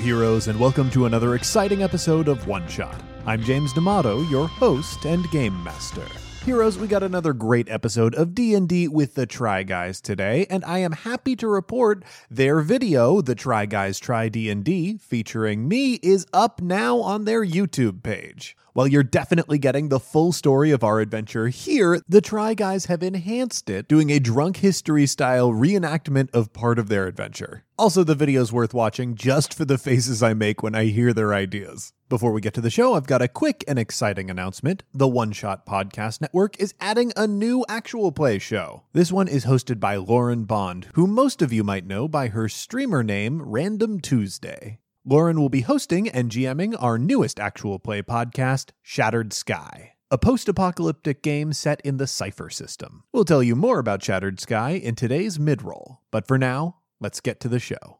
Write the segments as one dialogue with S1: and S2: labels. S1: heroes, and welcome to another exciting episode of One Shot. I'm James D'Amato, your host and game master. Heroes, we got another great episode of D&D with the Try Guys today, and I am happy to report their video, The Try Guys Try D&D, featuring me is up now on their YouTube page. While you're definitely getting the full story of our adventure here, the Try Guys have enhanced it, doing a drunk history style reenactment of part of their adventure. Also, the video's worth watching just for the faces I make when I hear their ideas. Before we get to the show, I've got a quick and exciting announcement. The One Shot Podcast Network is adding a new actual play show. This one is hosted by Lauren Bond, who most of you might know by her streamer name, Random Tuesday. Lauren will be hosting and GMing our newest actual play podcast, Shattered Sky, a post apocalyptic game set in the Cypher system. We'll tell you more about Shattered Sky in today's mid roll, but for now, let's get to the show.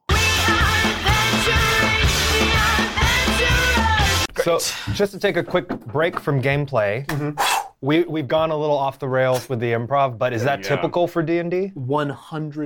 S2: So, just to take a quick break from gameplay, we we've gone a little off the rails with the improv, but is that typical for D and D?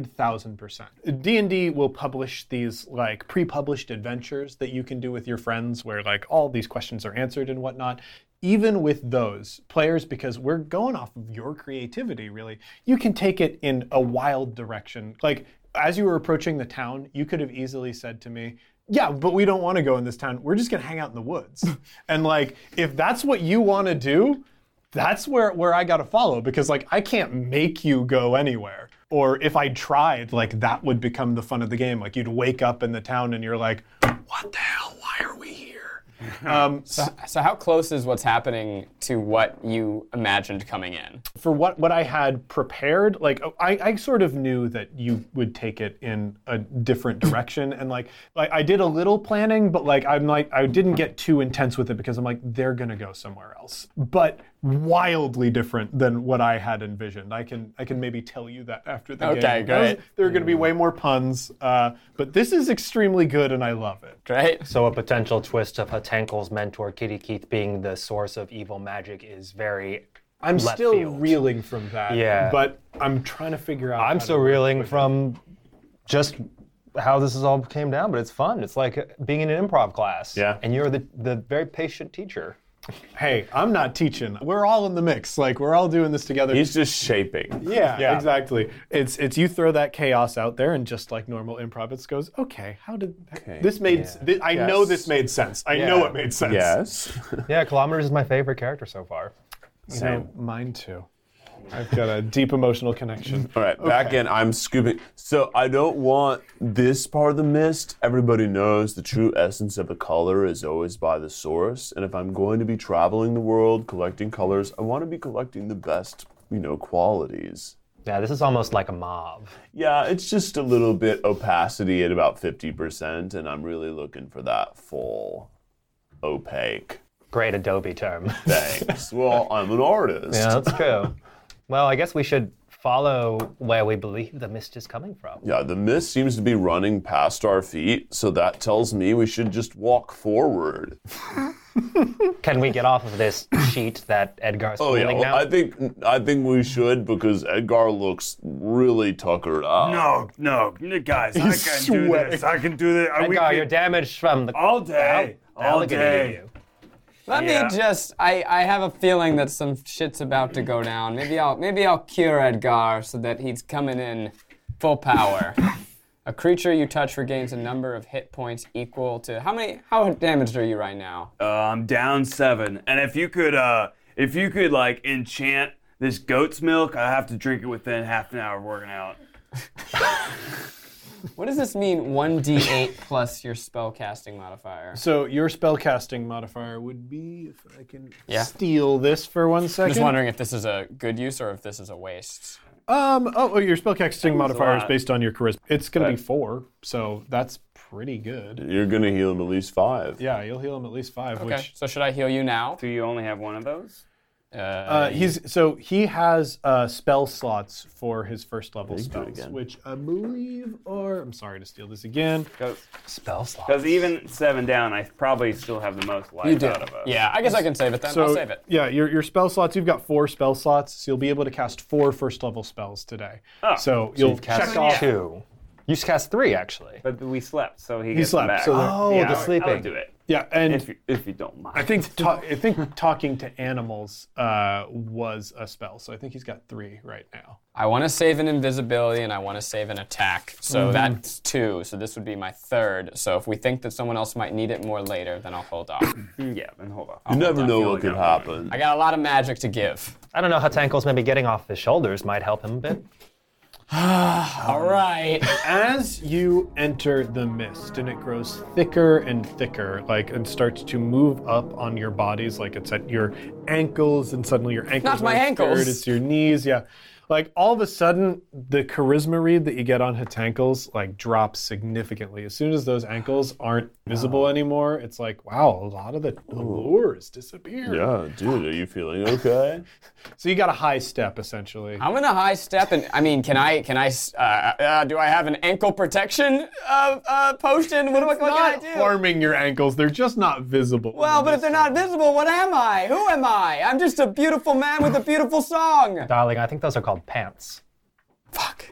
S3: 100,000%. D&D will publish these like pre-published adventures that you can do with your friends where like all these questions are answered and whatnot. Even with those players, because we're going off of your creativity, really, you can take it in a wild direction. Like, as you were approaching the town, you could have easily said to me, yeah, but we don't want to go in this town. We're just going to hang out in the woods. and, like, if that's what you want to do, that's where where I gotta follow because like I can't make you go anywhere. Or if I tried, like that would become the fun of the game. Like you'd wake up in the town and you're like, what the hell? Why are we here? Um, so
S4: Uh, So how close is what's happening to what you imagined coming in?
S3: for what what I had prepared, like oh, I, I sort of knew that you would take it in a different direction, and like like I did a little planning, but like I'm like I didn't get too intense with it because I'm like they're gonna go somewhere else, but wildly different than what I had envisioned. I can I can maybe tell you that after the game.
S4: Okay, great.
S3: There are gonna be way more puns, uh, but this is extremely good, and I love it.
S4: Right?
S2: So, a potential twist of Hatankel's mentor Kitty Keith being the source of evil magic is very.
S3: I'm
S2: left
S3: still
S2: field.
S3: reeling from that,
S2: Yeah.
S3: but I'm trying to figure out.
S2: I'm
S3: how
S2: still
S3: to-
S2: reeling from just how this is all came down, but it's fun. It's like being in an improv class.
S3: Yeah.
S2: And you're the the very patient teacher.
S3: Hey, I'm not teaching. We're all in the mix. Like we're all doing this together.
S5: He's just shaping.
S3: yeah,
S2: Yeah.
S3: exactly. It's it's you throw that chaos out there, and just like normal improv, it goes, okay, how did this made? s- thi- I know
S5: Yes.
S3: this made sense. I know it made sense.
S5: Yes.
S2: Yeah, Kilometers is my favorite character so far.
S3: You know, mine too. I've got a deep emotional connection.
S5: All right, back in. I'm scooping. So I don't want this part of the mist. Everybody knows the true essence of a color is always by the source. And if I'm going to be traveling the world collecting colors, I want to be collecting the best, you know, qualities.
S2: Yeah, this is almost like a mob.
S5: Yeah, it's just a little bit opacity at about 50%, and I'm really looking for that full opaque.
S2: Great Adobe term.
S5: Thanks. well, I'm an artist.
S2: Yeah, that's true. well, I guess we should follow where we believe the mist is coming from.
S5: Yeah, the mist seems to be running past our feet, so that tells me we should just walk forward.
S2: Can we get off of this sheet that Edgar's
S5: Oh
S2: holding
S5: yeah, well,
S2: now?
S5: I think I think we should because Edgar looks really tuckered up.
S6: No, no, n- guys, I
S5: He's
S6: can do this. I can do this. I- we
S2: Edgar,
S6: can-
S2: you're damaged from the
S6: all day, all
S2: alligator
S6: day.
S2: you.
S4: Let
S6: Yeah.
S4: me just I, I have a feeling that some shit's about to go down. Maybe I'll maybe I'll cure Edgar so that he's coming in full power. a creature you touch regains a number of hit points equal to how many how damaged are you right now?
S6: Uh, I'm down seven, and if you could, uh, if you could like enchant this goat's milk, I have to drink it within half an hour of working out.
S4: What does this mean? 1d8 plus your spell casting modifier.
S3: So your spellcasting modifier would be if I can
S4: Yeah.
S3: steal this for one second.
S4: Just wondering if this is a good use or if this is a waste.
S3: Um. Oh, oh, your spellcasting modifier is
S6: lot.
S3: based on your charisma. It's gonna be four, so that's pretty good.
S5: You're gonna heal him at least five.
S3: Yeah, you'll heal him at least five,
S4: Okay.
S3: which
S4: so should I heal you now?
S6: Do you only have one of those?
S4: Uh,
S3: Uh, he's so he has uh, spell slots for his first level
S5: do it
S3: spells,
S5: again.
S3: which I believe are. I'm sorry to steal this again.
S2: Spell slot.
S6: Because even seven down, I probably still have the most life
S4: you do.
S6: out of us.
S4: Yeah, I guess I can save it then.
S3: So
S4: I'll save it.
S3: yeah, your, your spell slots. You've got four spell
S4: Ah.
S3: slots, so you'll be able to cast four first level spells today. so you'll
S2: Cast
S3: check off.
S2: two. You cast three, actually.
S6: But we slept, so he, gets
S3: slept,
S6: Back.
S3: so there-
S2: Oh,
S6: yeah,
S2: the
S6: I would-
S2: sleeping.
S6: I would do it
S3: Yeah, and
S6: if you, if you don't mind.
S3: I think ta- I think talking to animals uh, was a spell, so I think he's got three right now.
S4: I want to save an invisibility and I want to save an attack. So that's two. So this would be my third. So if we think that someone else might need it more later, then I'll hold off.
S6: yeah, and hold on.
S5: You never know what could happen.
S4: I got a lot of magic to give.
S2: I don't know how Tankles maybe getting off his shoulders might help him a bit.
S4: All right.
S3: As you enter the mist, and it grows thicker and thicker, like and starts to move up on your bodies, like it's at your ankles, and suddenly your ankles.
S4: Not my
S3: are
S4: ankles.
S3: third, It's your knees. Yeah, like all of a sudden, the charisma read that you get on Hitankles like drops significantly. As soon as those ankles aren't visible anymore, it's like wow, a lot of the allures disappear.
S5: Yeah, dude, are you feeling okay?
S3: So you got a high step essentially.
S4: I'm gonna high step and I mean, can I? Can I? s- Uh, uh, do I have an ankle protection uh, uh, potion? What, am I- what
S3: not
S4: can I do?
S3: harming your ankles. They're just not visible.
S4: well, but if they're not visible, what am I? Who am I? I'm just a beautiful man with a beautiful song.
S2: Darling, I think those are called pants.
S4: Fuck.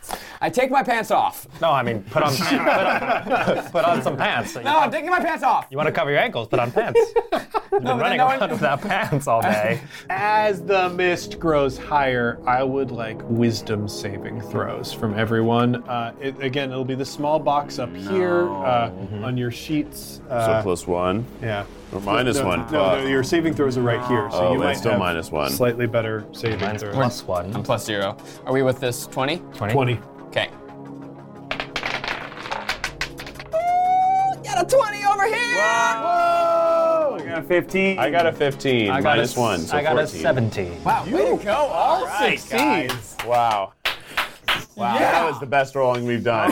S4: I take my pants off.
S2: No, I mean, put on, put on, put on some pants.
S4: No, I'm taking my pants off.
S2: You want to cover your ankles, put on pants. You've been
S4: then
S2: running
S4: no
S2: around
S4: one-
S2: without pants all day.
S3: as the mist grows higher, I would like wisdom saving throws from everyone. Uh, it, again, it'll be the small box up here uh, on your sheets.
S5: So
S3: Uh,
S5: plus one
S3: yeah.
S5: or minus
S3: no,
S5: one.
S3: No, no,
S5: Fuck.
S3: your saving throws are right here, so
S5: Oh,
S3: you
S5: wait,
S3: might
S5: still
S3: have
S5: minus one.
S3: slightly better saving throws.
S2: Plus one.
S4: Plus zero. Are we with this 20?
S3: 20.
S4: Okay. Got a 20 over here!
S5: Whoa!
S6: I got a 15.
S5: I got a 15.
S2: I got
S5: minus
S2: a,
S5: one. So
S2: I got
S5: 14.
S2: a 70.
S4: Wow, way to go, all
S5: right,
S4: 16.
S5: guys. Wow. Wow. That was the best rolling we've
S3: Oh,
S5: done.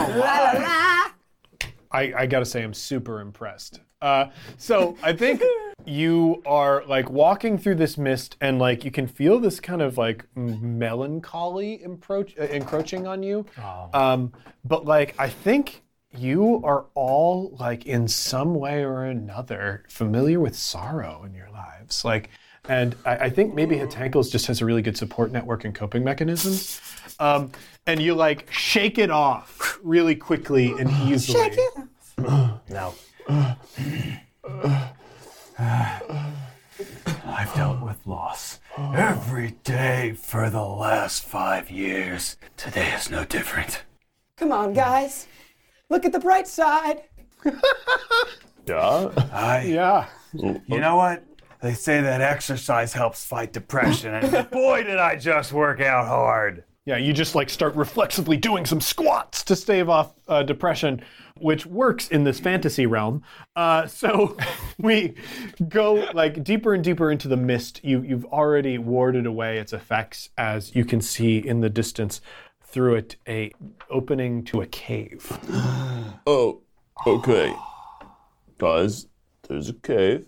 S3: I, I gotta say, I'm super impressed. Uh, so I think you are like walking through this mist, and like you can feel this kind of like m- melancholy encroach, uh, encroaching on you. Um, but like I think you are all like in some way or another familiar with sorrow in your lives, like. And I, I think maybe Hitankles just has a really good support network and coping mechanisms. Um, and you like shake it off really quickly and easily.
S2: No. I've dealt with loss.
S7: Every day for the last five years. Today is no different.
S4: Come on, guys. Look at the bright side.
S5: Yeah.
S7: I,
S3: Yeah.
S7: You know what? They say that exercise helps fight depression, and boy, did I just work out hard.
S3: Yeah, you just like start reflexively doing some squats to stave off uh, depression, which works in this fantasy realm. Uh, so we go like deeper and deeper into the mist. You you've already warded away its effects, as you can see in the distance through it a opening to a cave.
S5: Oh, okay. Guys, there's a cave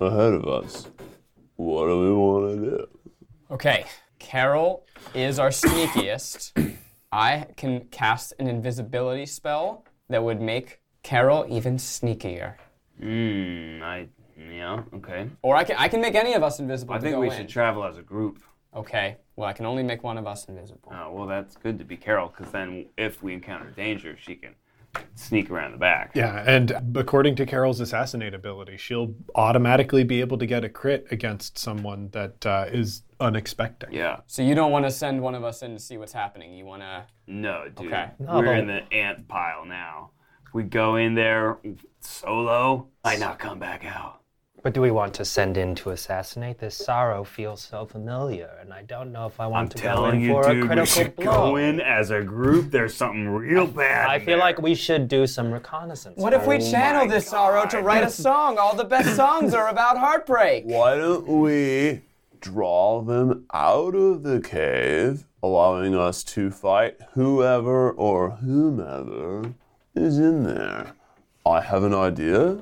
S5: ahead of us. What do we want to do?
S4: Okay, Carol is our sneakiest. I can cast an invisibility spell that would make Carol even sneakier.
S6: Mm, I, yeah, okay.
S4: Or I can, I can make any of us invisible.
S6: I
S4: to
S6: think
S4: go
S6: we
S4: in.
S6: should travel as a group.
S4: Okay, well, I can only make one of us invisible.
S6: Oh, well, that's good to be Carol, because then if we encounter danger, she can sneak around the back.
S3: Yeah, and according to Carol's assassinate ability, she'll automatically be able to get a crit against someone that uh, is unexpected.
S6: Yeah.
S4: So you don't want to send one of us in to see what's happening. You want to.
S6: No, dude.
S4: Okay.
S6: We're in the ant pile now. We go in there solo, might not come back out.
S2: But do we want to send in to assassinate? This sorrow feels so familiar, and I don't know if I want
S6: I'm
S2: to go in
S6: telling you,
S2: for a
S7: Dude, we
S2: critical
S7: should
S2: blow.
S7: go in as a group. There's something real bad.
S2: I
S7: in
S2: feel
S7: there.
S2: like we should do some reconnaissance.
S4: What if we
S5: Oh
S2: first.
S4: channel this sorrow to write a song? All the best songs are about heartbreak.
S5: Why don't we draw them out of the cave, allowing us to fight whoever or whomever is in there? I have an idea.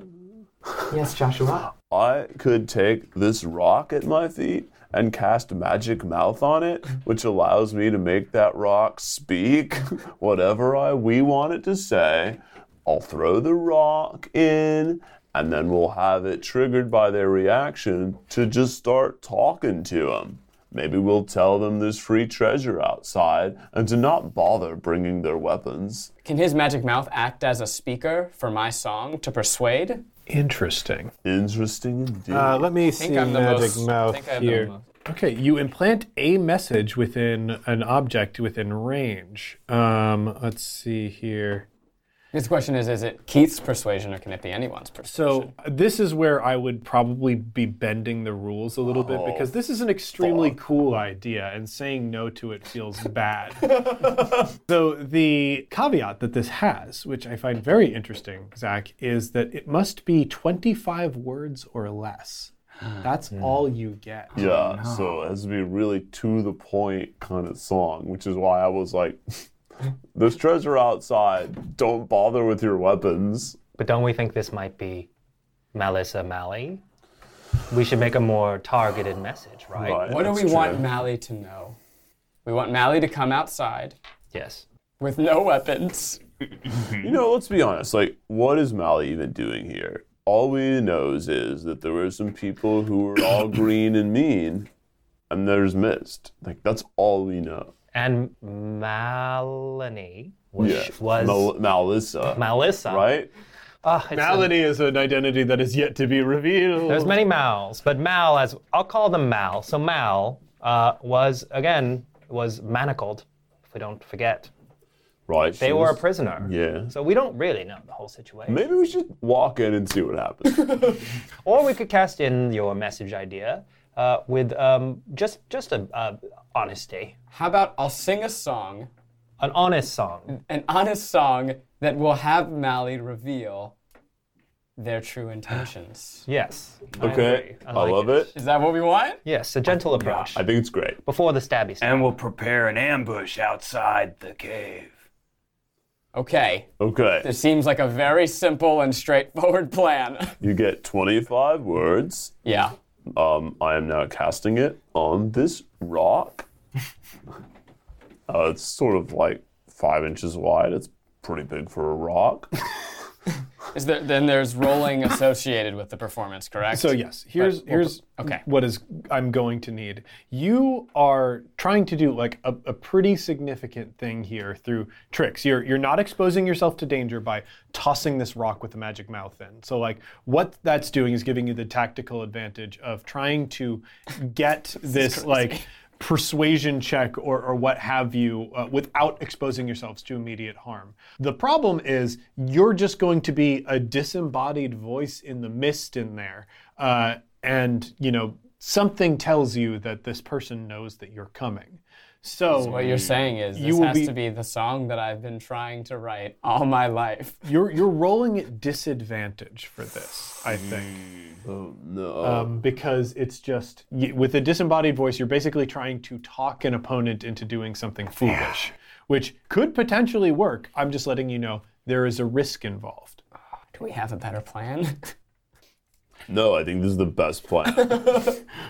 S4: Yes, Joshua.
S5: I could take this rock at my feet and cast magic mouth on it, which allows me to make that rock speak whatever I we want it to say. I'll throw the rock in, and then we'll have it triggered by their reaction to just start talking to them. Maybe we'll tell them there's free treasure outside and to not bother bringing their weapons.
S4: Can his magic mouth act as a speaker for my song to persuade?
S3: Interesting.
S5: Interesting indeed.
S3: Uh, let me
S4: I think
S3: see
S4: I'm the
S3: magic
S4: most. I
S3: mouth
S4: think I'm the
S3: here.
S4: most-
S3: Okay, you implant a message within an object within range. Um, let's see here.
S4: His question is: Is it Keith's persuasion, or can it be anyone's persuasion?
S3: So this is where I would probably be bending the rules a little bit
S4: Oh,
S3: because this is an extremely cool idea, and saying no to it feels bad. so the caveat that this has, which I find very interesting, Zach, is that it must be 25 words or less. That's all you get.
S5: yeah, so it has to be really to the point kind of song, which is why I was like, there's treasure outside. Don't bother with your weapons.
S2: But don't we think this might be Melissa Malley? We should make a more targeted message, right?
S5: Right,
S4: what do
S5: that's
S4: we
S5: true.
S4: want Mally to know? We want Mally to come outside
S2: Yes.
S4: with no weapons.
S5: You know, let's be honest. Like, what is Mally even doing here? All we knows is that there were some people who were all green and mean, and there's mist. Like, that's all we know.
S2: And Melanie was,
S5: Yeah.
S2: was
S5: Mel- Melissa,
S2: Melissa.
S5: right?
S2: Ah, it's a-
S3: Malady is an identity that is yet to be revealed.
S2: there's many Mals, but Mal, as I'll call them Mal. So Mal uh, was, again, was manacled, if we don't forget.
S5: Right.
S2: They were a prisoner.
S5: Yeah.
S2: So we don't really know the whole situation.
S5: Maybe we should walk in and see what happens.
S2: Or we could cast in your message idea uh, with um, just just a uh, honesty,
S4: How about I'll sing a song,
S2: an honest song.
S4: an honest song that will have Mally reveal their true intentions.
S2: Yes.
S5: Okay.
S2: I
S5: I,
S2: like
S5: love
S2: it.
S5: it.
S4: Is that what we want?
S2: Yes, a gentle approach
S5: I think it's great.
S2: before the stabby stab.
S6: And we'll prepare an ambush outside the cave.
S4: Okay.
S5: Okay.
S4: It seems like a very simple and straightforward plan.
S5: You get 25 words.
S4: yeah.
S5: Um, I am now casting it on this rock. Uh, it's sort of like five inches wide. It's pretty big for a rock.
S4: Is there, then there's rolling associated with the performance, correct?
S3: So yes, here's
S4: we'll-
S3: here's
S4: okay.
S3: what is I'm going to need. You are trying to do like a, a pretty significant thing here through tricks. You're you're not exposing yourself to danger by tossing this rock with the magic mouth in. So like what that's doing is giving you the tactical advantage of trying to get this like persuasion check or, or what have you uh, without exposing yourselves to immediate harm. The problem is you're just going to be a disembodied voice in the mist in there. Uh, and, you know, something tells you that this person knows that you're coming. So
S4: What you're saying is this
S3: You will
S4: has
S3: be-
S4: to be the song that I've been trying to write all my life.
S3: you're, you're rolling at disadvantage for this, I think.
S5: No.
S3: um, because it's just y- with a disembodied voice, you're basically trying to talk an opponent into doing something foolish, which could potentially work. I'm just letting you know there is a risk involved.
S4: Do we have a better plan?
S5: No, I think this is the best plan.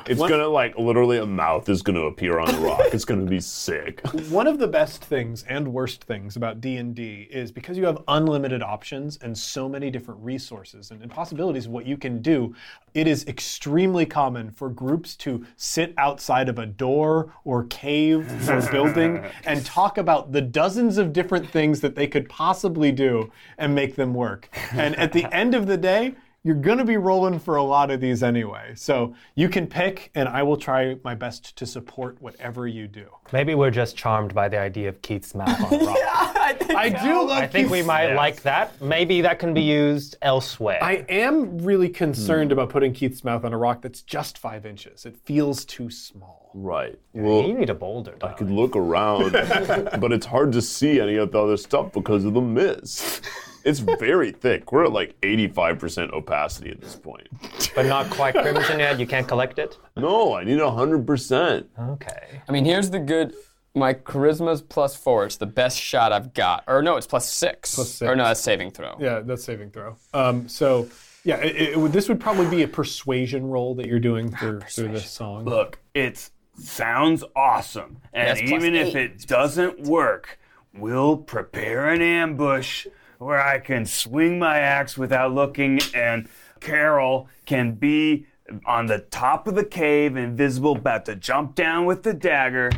S5: it's gonna like literally a mouth is gonna appear on the rock. It's gonna be sick.
S3: One of the best things and worst things about D&D is because you have unlimited options and so many different resources and, and possibilities of what you can do, it is extremely common for groups to sit outside of a door or cave or building and talk about the dozens of different things that they could possibly do and make them work. And at the end of the day, you're going to be rolling for a lot of these anyway. So you can pick, and I will try my best to support whatever you do.
S2: Maybe we're just charmed by the idea of Keith's mouth on a rock.
S3: I do like.
S2: I think we might like that. Maybe that can be used elsewhere.
S3: I am really concerned
S5: Hmm.
S3: about putting Keith's mouth on a rock that's just five inches. It feels too small.
S5: Right.
S2: you
S5: Well,
S2: need a boulder.
S5: I
S2: Dog.
S5: could look around, but it's hard to see any of the other stuff because of the mist. It's very thick. We're at like 85% opacity at this point.
S2: But not quite crimson yet. You can't collect it.
S5: No, I need 100%.
S2: Okay.
S4: I mean, here's the good. My charisma's plus four. It's the best shot I've got. Or no, it's plus six. Plus
S3: six.
S4: Or no, that's saving throw.
S3: Yeah, that's saving throw. Um, so, yeah, it, it would- this would probably be a persuasion roll that you're doing through, through this song.
S6: Look, it sounds awesome. And
S4: That's plus
S6: even if
S4: eight.
S6: it doesn't work, we'll prepare an ambush where I can swing my axe without looking and Carol can be on the top of the cave, invisible, about to jump down with the dagger,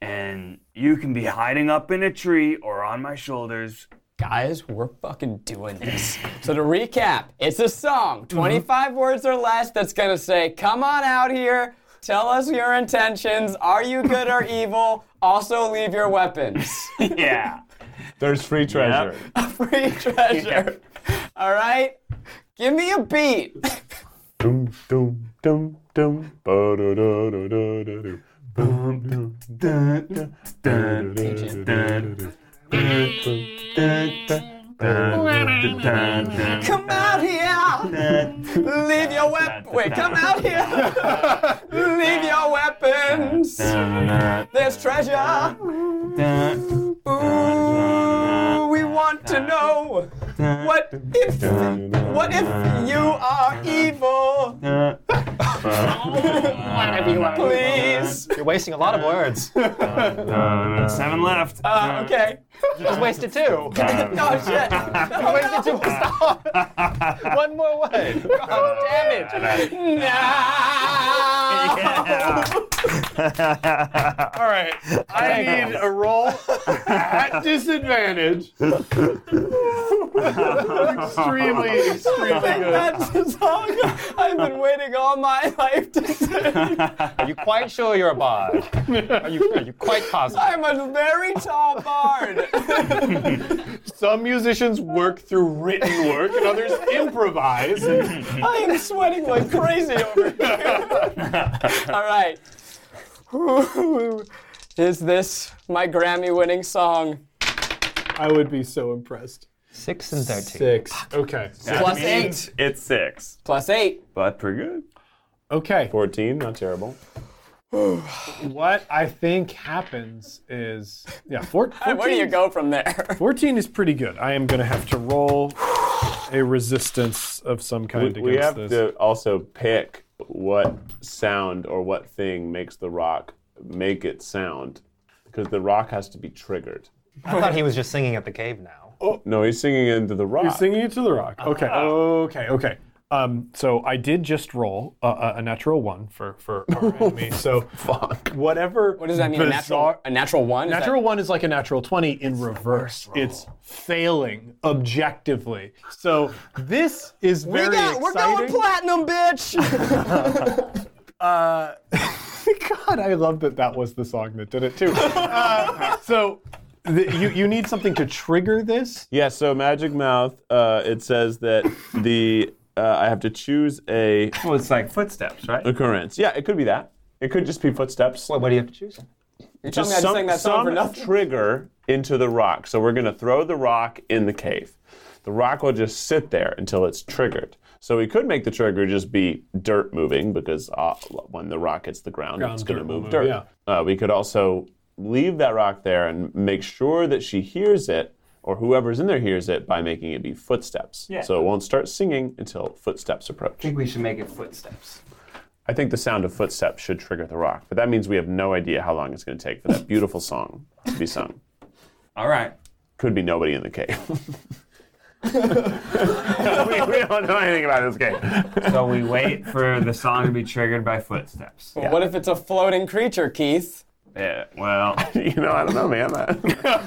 S6: and you can be hiding up in a tree or on my shoulders.
S4: Guys, we're fucking doing this. So to recap, it's a song, 25 words or less, that's gonna say, come on out here, tell us your intentions, are you good or evil? Also leave your weapons.
S6: Yeah.
S5: There's free treasure.
S4: Free treasure. All right? Give me a beat.
S5: Dum, dum, dum, dum, ba-da-da-da-da-da-do. Bum, dum, dun, dun, dun, dun, dun, dun. Dun, dun, dun, dun, dun, dun, dun, dun.
S4: Come out here. Leave your weapon. Wait, come out here. Leave your weapons. There's treasure. Ooh, we want to know what if what if you are evil? Please.
S2: Uh, You're wasting a lot of words.
S6: Seven left.
S4: Uh, okay.
S2: Just wasted two.
S4: Oh shit. No,
S2: wasted two. Stop. One more way. God damn it.
S4: no.
S3: All right, I need a roll at disadvantage. extremely, extremely good.
S4: That's the song I've been waiting all my life to sing.
S2: Are you quite sure you're a bard? Are you, are you quite positive?
S4: I'm a very tall bard.
S3: Some musicians work through written work, and others improvise.
S4: I am sweating like crazy over here. all right. Is this my Grammy winning song?
S3: I would be so impressed.
S2: Six and 13.
S3: Six. Okay.
S4: Plus eight.
S5: It's six,
S4: Plus eight.
S5: but pretty good.
S3: Okay.
S5: 14, not terrible.
S3: What I think happens is, yeah, four,
S4: Where do you go from there?
S3: 14 is pretty good. I am going to have to roll a resistance of some kind
S5: We
S3: against
S5: have
S3: this.
S5: to also pick what sound or what thing makes the rock make it sound, because the rock has to be triggered.
S2: I thought he was just singing at the cave now.
S5: No, he's singing into the rock.
S4: Uh,
S3: You're singing it to the rock. Okay. Okay. Okay. Um, so I did just roll a, a, a natural one for for our enemy. So fuck. Whatever.
S4: What does that mean? A natural, a natural one? Is that-
S3: Natural one is like a natural 20 in reverse. It's failing objectively. So this is very
S4: we got, we're
S3: exciting.
S4: going platinum, bitch.
S3: Uh, God, I love that that was the song that did it too. Uh, so th- you you need something to trigger this.
S5: Yeah, so Magic Mouth, uh, it says that the uh, I have to choose a
S6: Well, Oh, it's like footsteps, right?
S5: occurrence. Yeah, it could be that. It could just be footsteps.
S2: What do you have to choose?
S4: You told
S5: just
S4: me I
S5: some,
S4: sang that song
S5: some
S4: for nothing.
S5: trigger into the rock. So we're gonna throw the rock in the cave. The rock will just sit there until it's triggered. So we could make the trigger just be dirt moving because uh, when the rock hits the ground, it's gonna
S3: dirt will
S5: move,
S3: move,
S5: dirt.
S3: yeah.
S5: Uh, we could also leave that rock there and make sure that she hears it or whoever's in there hears it by making it be footsteps.
S6: Yeah.
S5: So it won't start singing until footsteps approach.
S8: think we should make it footsteps.
S5: I think the sound of footsteps should trigger the rock, but that means we have no idea how long it's going to take for that beautiful song to be sung.
S6: All right.
S5: Could be nobody in the cave. we, we don't know anything about this game.
S6: So we wait for the song to be triggered by footsteps.
S4: Well, What if it's a floating creature, Keith?
S6: Yeah. Well,
S5: You know, I don't know, man. I,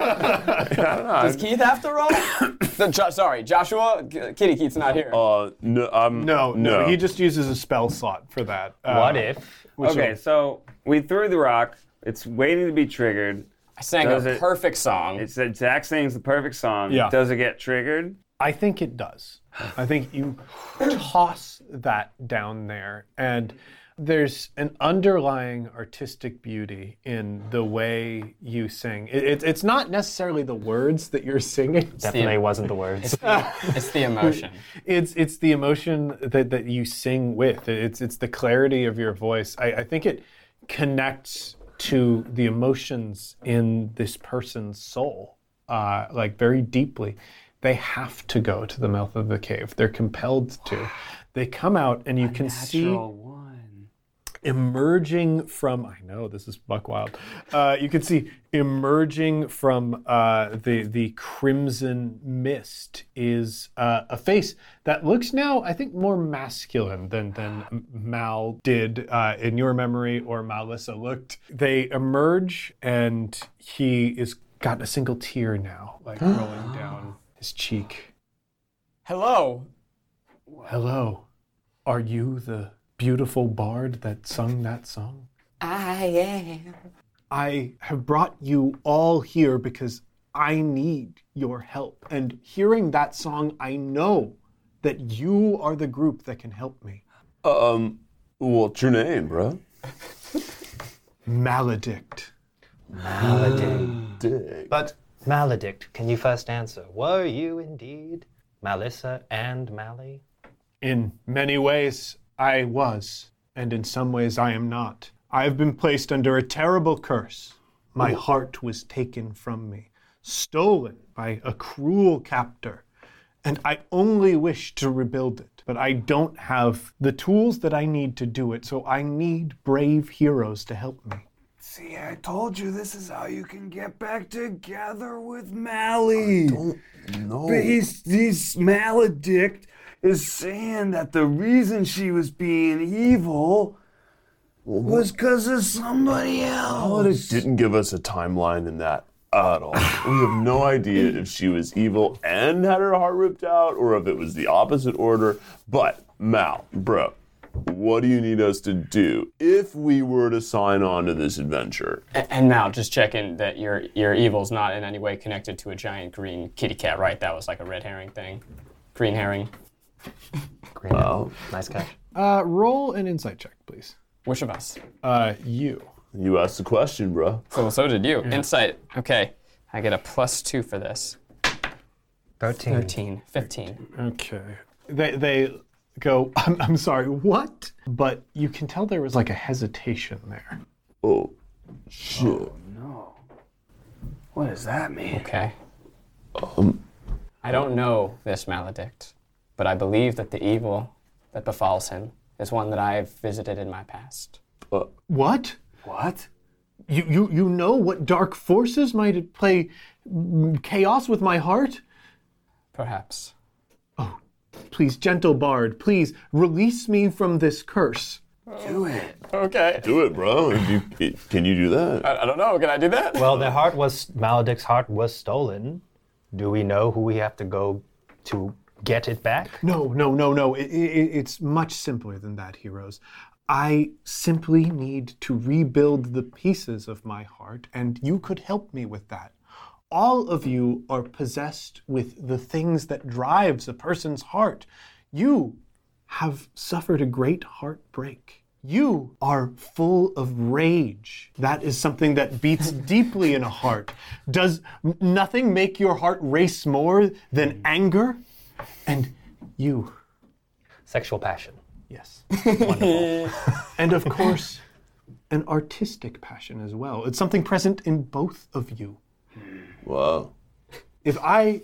S5: I don't know.
S4: Does Keith have to roll? The Jo- sorry, Joshua. K- Kitty Keith's not here.
S6: Oh,
S5: Uh, no, um,
S3: No, no, He just uses a spell slot for that. Uh,
S2: What if?
S6: okay. So we threw the rock. It's waiting to be triggered.
S4: I sang
S6: does
S4: a
S6: it-
S4: perfect song.
S6: It's the exact same as the perfect song.
S3: Yeah.
S6: Does it get triggered?
S3: I think it does. I think you toss that down there, and there's an underlying artistic beauty in the way you sing. It, it, it's not necessarily the words that you're singing.
S2: Definitely wasn't the words.
S4: It's the emotion.
S3: It's it's the emotion that, that you sing with. It's it's the clarity of your voice. I, I think it connects to the emotions in this person's soul, uh, like very deeply. They have to go to the mouth of the cave. They're compelled to. They come out, and you can see
S6: One.
S3: emerging from I know this is buck wild. Uh, you can see emerging from uh, the the crimson mist is uh, a face that looks now I think more masculine than than Mal did uh, in your memory or Malissa looked. They emerge and he is got a single tear now, like rolling down his cheek.
S4: Hello.
S3: Hello. Are you the beautiful bard that sung that song?
S4: I am.
S3: I have brought you all here because I need your help. And hearing that song, I know that you are the group that can help me.
S5: Um, what's your name, bro?
S3: Maledict.
S5: Dick.
S2: But maledict, can you first answer? Were you indeed Malissa and Mally?
S3: In many ways, I was, and in some ways, I am not. I have been placed under a terrible curse. My heart was taken from me, stolen by a cruel captor, and I only wish to rebuild it. But I don't have the tools that I need to do it, so I need brave heroes to help me.
S6: See, I told you this is how you can get back together with Mally.
S5: No.
S6: But he's this maledict is saying that the reason she was being evil was because of somebody else.
S5: didn't give us a timeline in that at all. we have no idea if she was evil and had her heart ripped out or if it was the opposite order. But, Mal, bro, what do you need us to do if we were to sign on to this adventure?
S4: A- And now, just checking that your your evil's not in any way connected to a giant green kitty cat, right? That was like a red herring thing, green herring.
S2: Green.
S5: Well,
S2: Nice catch.
S3: Uh, roll an insight check, please.
S4: Which of us?
S3: Uh, you.
S5: you asked the question, bro.
S4: Well, so did you. Insight. Okay, I get a plus two for this.
S2: 13.
S4: 15. 15.
S3: Okay. They they go. I'm, I'm sorry. What? But you can tell there was like a hesitation there.
S5: Oh, shit.
S6: What does that mean?
S4: Okay. I don't know this maledict, but I believe that the evil that befalls him is one that I've visited in my past.
S3: What?
S6: What?
S3: You you you know what dark forces might play mm, chaos with my heart?
S4: Perhaps.
S3: Please, gentle bard, please release me from this curse.
S6: Do it.
S4: Okay.
S5: Do it, bro. If you, it- can you do that?
S4: I don't know. Can I do that?
S2: Well, their heart was, maledict's heart was stolen. Do we know who we have to go to get it back?
S3: No, no, no, no. I- I- I- it's much simpler than that, heroes. I simply need to rebuild the pieces of my heart, and you could help me with that. All of you are possessed with the things that drives a person's heart. You have suffered a great heartbreak. You are full of rage. That is something that beats deeply in a heart. Does n- nothing make your heart race more than anger? And you,
S2: Sexual passion.
S3: yes. and of course, an artistic passion as well. It's something present in both of you.
S5: Wow.
S3: If I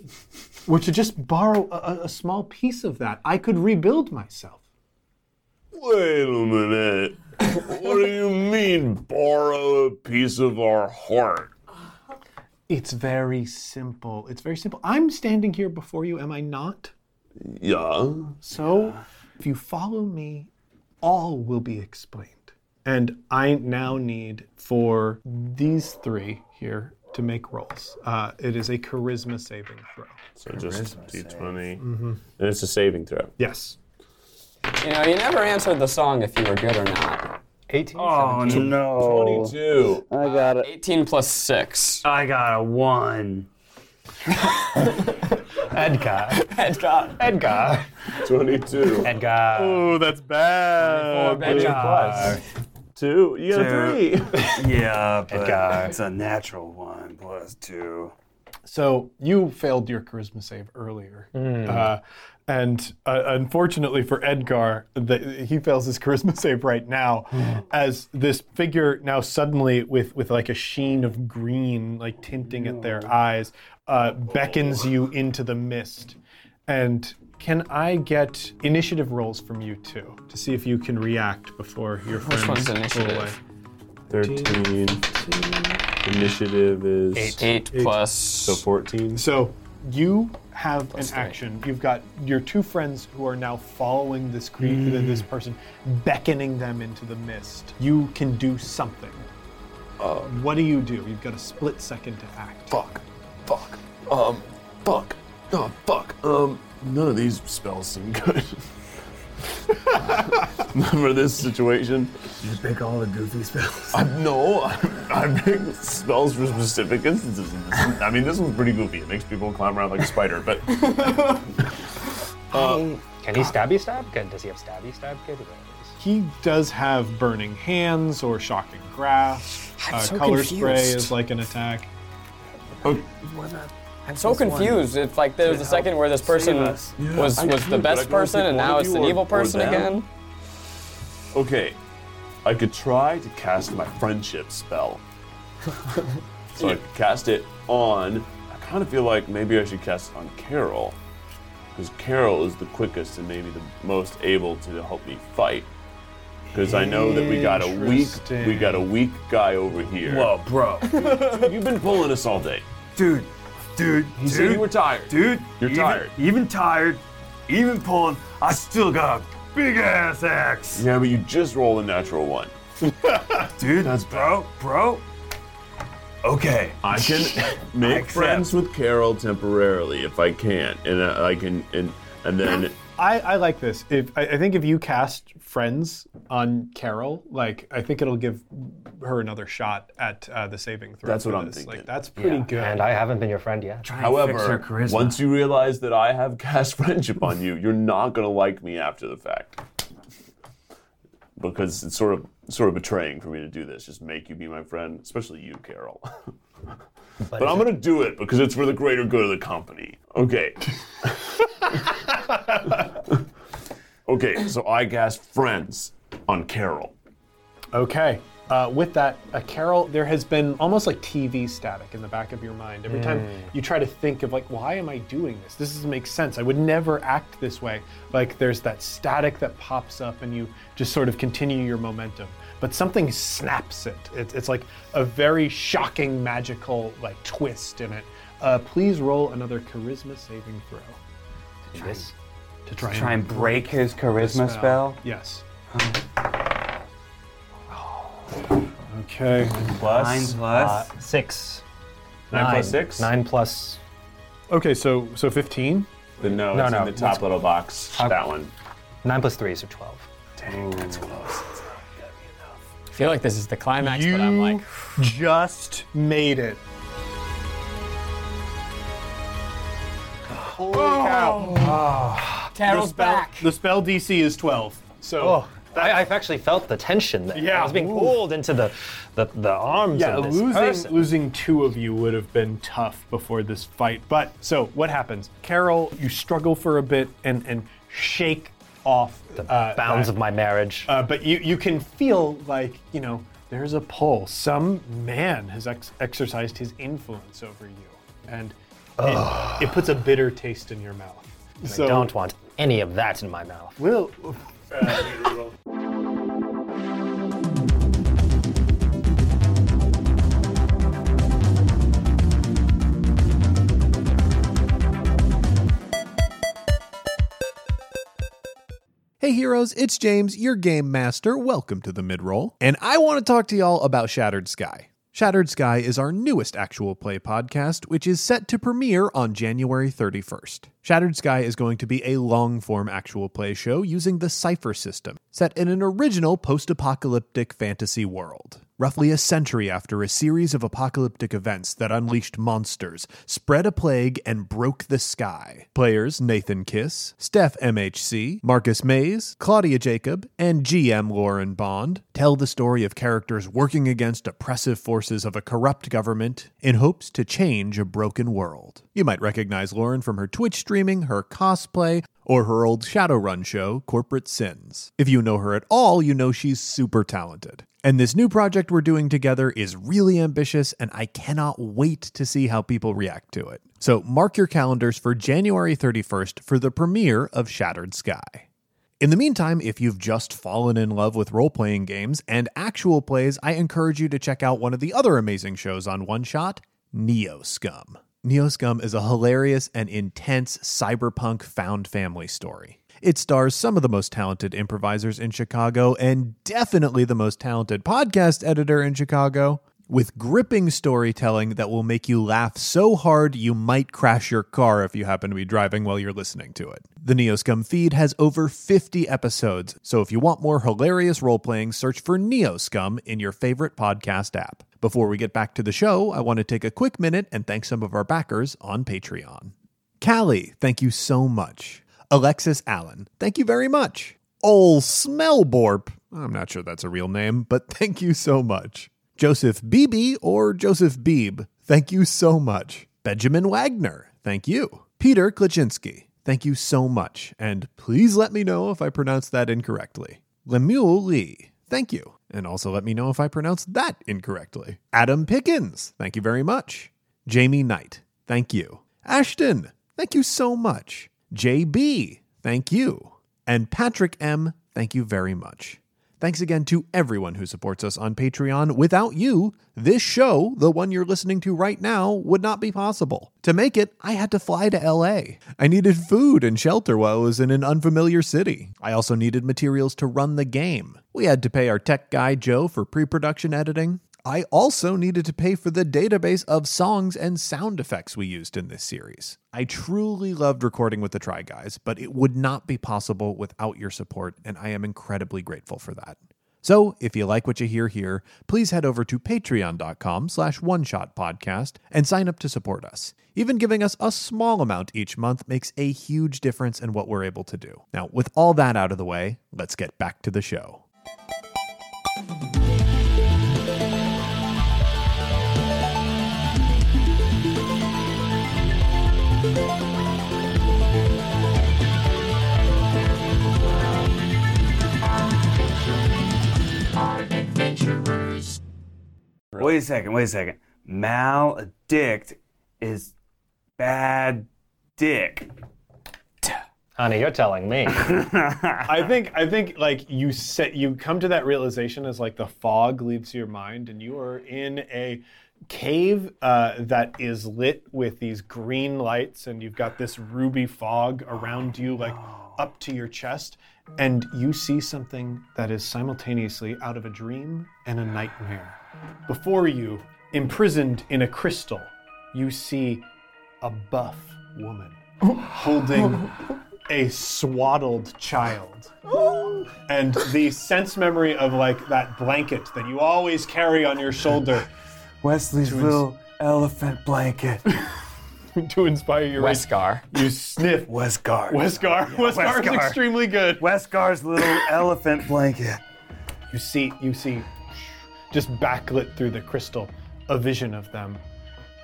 S3: were to just borrow a, a- a small piece of that, I could rebuild myself.
S5: Wait a minute. what do you mean, borrow a piece of our heart?
S3: It's very simple. It's very simple. I'm standing here before you, am I not?
S5: Yeah.
S3: So, if you follow me, all will be explained. And I now need for these three here to make rolls. Uh, it is a charisma saving throw.
S5: So just d20.
S7: Mm-hmm.
S5: And it's a saving throw.
S3: Yes.
S4: You know, you never answered the song if you were good or not.
S2: 18,
S6: Oh no!
S5: 22.
S7: Uh,
S6: I got a,
S4: 18 plus 6.
S6: I got a one.
S2: Edgar.
S4: Edgar.
S2: Edgar.
S5: 22.
S2: Edgar.
S3: Oh, that's bad.
S5: Two. You got
S6: Two.
S5: a three.
S6: Yeah, but it's a natural one plus two.
S3: So you failed your charisma save earlier,
S4: Hmm.
S3: uh, and uh, unfortunately for Edgar, the, he fails his charisma save right now,
S4: Hmm.
S3: as this figure now suddenly with with like a sheen of green like tinting at their eyes, uh, beckons you into the mist, and Can I get initiative rolls from you two to see if you can react before your friends
S4: one's
S3: pull
S4: initiative?
S3: away?
S5: 13. Initiative is
S4: Eight, plus.
S5: so 14.
S3: So you have an action. You've got your two friends who are now following this cre- this
S5: Mm.
S3: person, beckoning them into the mist. You can do something.
S5: Um,
S3: what do you do? You've got a split second to act.
S5: Fuck. Fuck. Um, fuck. No, fuck. Um, none of these spells seem good. Not for this situation.
S7: You pick all the goofy spells.
S5: I, no, I, I picked spells for specific instances. In this. I mean, this one's pretty goofy. It makes people climb around like a spider, but
S2: Can he stabby stab? Can, does he have stabby stab capabilities?
S3: He does have burning hands or shocking grasp. Uh,
S4: so
S3: color spray
S4: confused.
S3: is like an attack.
S4: I'm so confused. If like there's a second where this person
S7: us.
S4: was
S5: I
S4: was
S5: could,
S4: the
S5: but I
S4: best
S5: can only
S4: person
S5: pick
S4: and
S5: one
S4: now
S5: of
S4: it's
S5: you
S4: an
S5: or-
S4: evil
S5: or
S4: person
S5: them.
S4: again.
S5: okay. I could try to cast my friendship spell. so I could cast it on. I kind of feel like maybe I should cast it on Carol, because Carol is the quickest and maybe the most able to help me fight. Because I know that we got a weak, we got a weak guy over here.
S6: Oh,
S7: Whoa, bro.
S5: You've been pulling us all day.
S7: Dude, dude,
S5: You
S7: dude.
S5: said you were tired.
S7: Dude,
S5: You're
S7: even-
S5: tired.
S7: Even tired, even pulling, I still got a big ass axe.
S5: Yeah, but you just rolled a natural one.
S7: Dude, that's bro, bro. Okay.
S5: I can make
S7: accept.
S5: friends with Carol temporarily if I can, and uh, I, I can, and and then
S3: I, I like this. If I, I think if you cast friends on Carol, like I think it'll give her another shot at uh, the saving throw.
S5: That's what
S3: for
S5: I'm
S3: this.
S5: thinking.
S3: Like that's pretty good.
S2: And I haven't been your friend yet.
S5: However, once you realize that I have cast friendship on you, you're not gonna like me after the fact. Because it's sort of sort of betraying for me to do this, just make you be my friend, especially you, Carol. but I'm gonna do it because it's for the greater good of the company. Okay. okay, so I cast friends on Carol.
S3: Okay. Uh, with that, uh, Carol, there has been almost like TV static in the back of your mind. Every time
S6: Hmm.
S3: you try to think of, like, why am I doing this? This doesn't make sense. I would never act this way. Like, there's that static that pops up, and you just sort of continue your momentum. But something snaps it. it it's like a very shocking, magical, like, twist in it. Uh, please roll another charisma saving throw
S2: This-
S3: to try,
S6: Try
S3: and
S6: and break his charisma spell.
S3: Yes. Okay.
S6: Nine
S7: plus.
S6: plus.
S2: uh, Six.
S5: Nine, plus six?
S2: Nine plus.
S3: Okay, so so 15?
S5: The no,
S2: No,
S5: it's
S2: no,
S5: in the top little box. that one.
S2: Nine plus three, so twelve.
S4: I feel like this is the climax, but I'm like,
S3: just made it. Holy cow.
S4: Carol's back.
S3: The spell DC is 12. So
S2: Oh, I, I've actually felt the tension there.
S3: Oh, Yeah.
S2: I was being
S3: Ooh.
S2: pulled into the the, the arms
S3: yeah,
S2: of this
S3: losing
S2: person.
S3: losing two of you would have been tough before this fight. But so what happens? Carol, you struggle for a bit and and shake off uh, the
S2: Bounds of my marriage.
S3: Uh, but you, you can feel like, you know, there's a pull. Some man has ex- exercised his influence over you. And it, it puts a bitter taste in your mouth. So,
S2: I don't want any of that in my mouth.
S3: Will,
S9: Hey heroes, it's James, your game master. Welcome to the midroll. And I want to talk to y'all about Shattered Sky. Shattered Sky is our newest actual play podcast, which is set to premiere on January 31st. Shattered Sky is going to be a long form actual play show using the Cypher system, set in an original post apocalyptic fantasy world. Roughly a century after a series of apocalyptic events that unleashed monsters, spread a plague, and broke the sky. Players Nathan Kiss, Steph MHC, Marcus Mays, Claudia Jacob, and GM Lauren Bond tell the story of characters working against oppressive forces of a corrupt government in hopes to change a broken world.
S3: You might recognize Lauren from her Twitch streaming, her cosplay, or her old Shadowrun show, Corporate Sins. If you know her at all, you know she's super talented. And this new project we're doing together is really ambitious, and I cannot wait to see how people react to it. So mark your calendars for January 31st for the premiere of Shattered Sky. In the meantime, if you've just fallen in love with role playing games and actual plays, I encourage you to check out one of the other amazing shows on One Shot, Neo Scum. Neo Scum is a hilarious and intense cyberpunk found family story. It stars some of the most talented improvisers in Chicago and definitely the most talented podcast editor in Chicago, with gripping storytelling that will make you laugh so hard you might crash your car if you happen to be driving while you're listening to it. The Neoscum feed has over 50 episodes, so if you want more hilarious role playing, search for Neoscum in your favorite podcast app. Before we get back to the show, I want to take a quick minute and thank some of our backers on Patreon. Callie, thank you so much. Alexis Allen, thank you very much. Ol Smellborp, I'm not sure that's a real name, but thank you so much. Joseph Beebe or Joseph Beebe, thank you so much. Benjamin Wagner, thank you. Peter Klachinski, thank you so much. And please let me know if I pronounced that incorrectly. Lemuel Lee, thank you. And also let me know if I pronounced that incorrectly. Adam Pickens, thank you very much. Jamie Knight, thank you. Ashton, thank you so much. JB, thank you. And Patrick M, thank you very much. Thanks again to everyone who supports us on Patreon. Without you, this show, the one you're listening to right now, would not be possible. To make it, I had to fly to LA. I needed food and shelter while I was in an unfamiliar city. I also needed materials to run the game. We had to pay our tech guy, Joe, for pre production editing. I also needed to pay for the database of songs and sound effects we used in this series. I truly loved recording with the Try Guys, but it would not be possible without your support, and I am incredibly grateful for that. So, if you like what you hear here, please head over to patreon.com slash one shot podcast and sign up to support us. Even giving us a small amount each month makes a huge difference in what we're able to do. Now, with all that out of the way, let's get back to the show.
S6: Wait a second, wait a second. Maledict is bad dick.
S2: Honey, you're telling me.
S10: I think I think like you set you come to that realization as like the fog leaves your mind and you are in a cave uh, that is lit with these green lights and you've got this ruby fog around you like up to your chest and you see something that is simultaneously out of a dream and a nightmare. Before you, imprisoned in a crystal, you see a buff woman holding a swaddled child. And the sense memory of like that blanket that you always carry on your shoulder
S6: Wesley's little elephant blanket.
S10: to inspire your
S4: Westgar.
S10: You sniff
S6: Westgar.
S10: Wescar. Wescar is
S6: Westgar.
S10: extremely good.
S6: Westgar's little elephant blanket.
S10: You see, you see, just backlit through the crystal, a vision of them.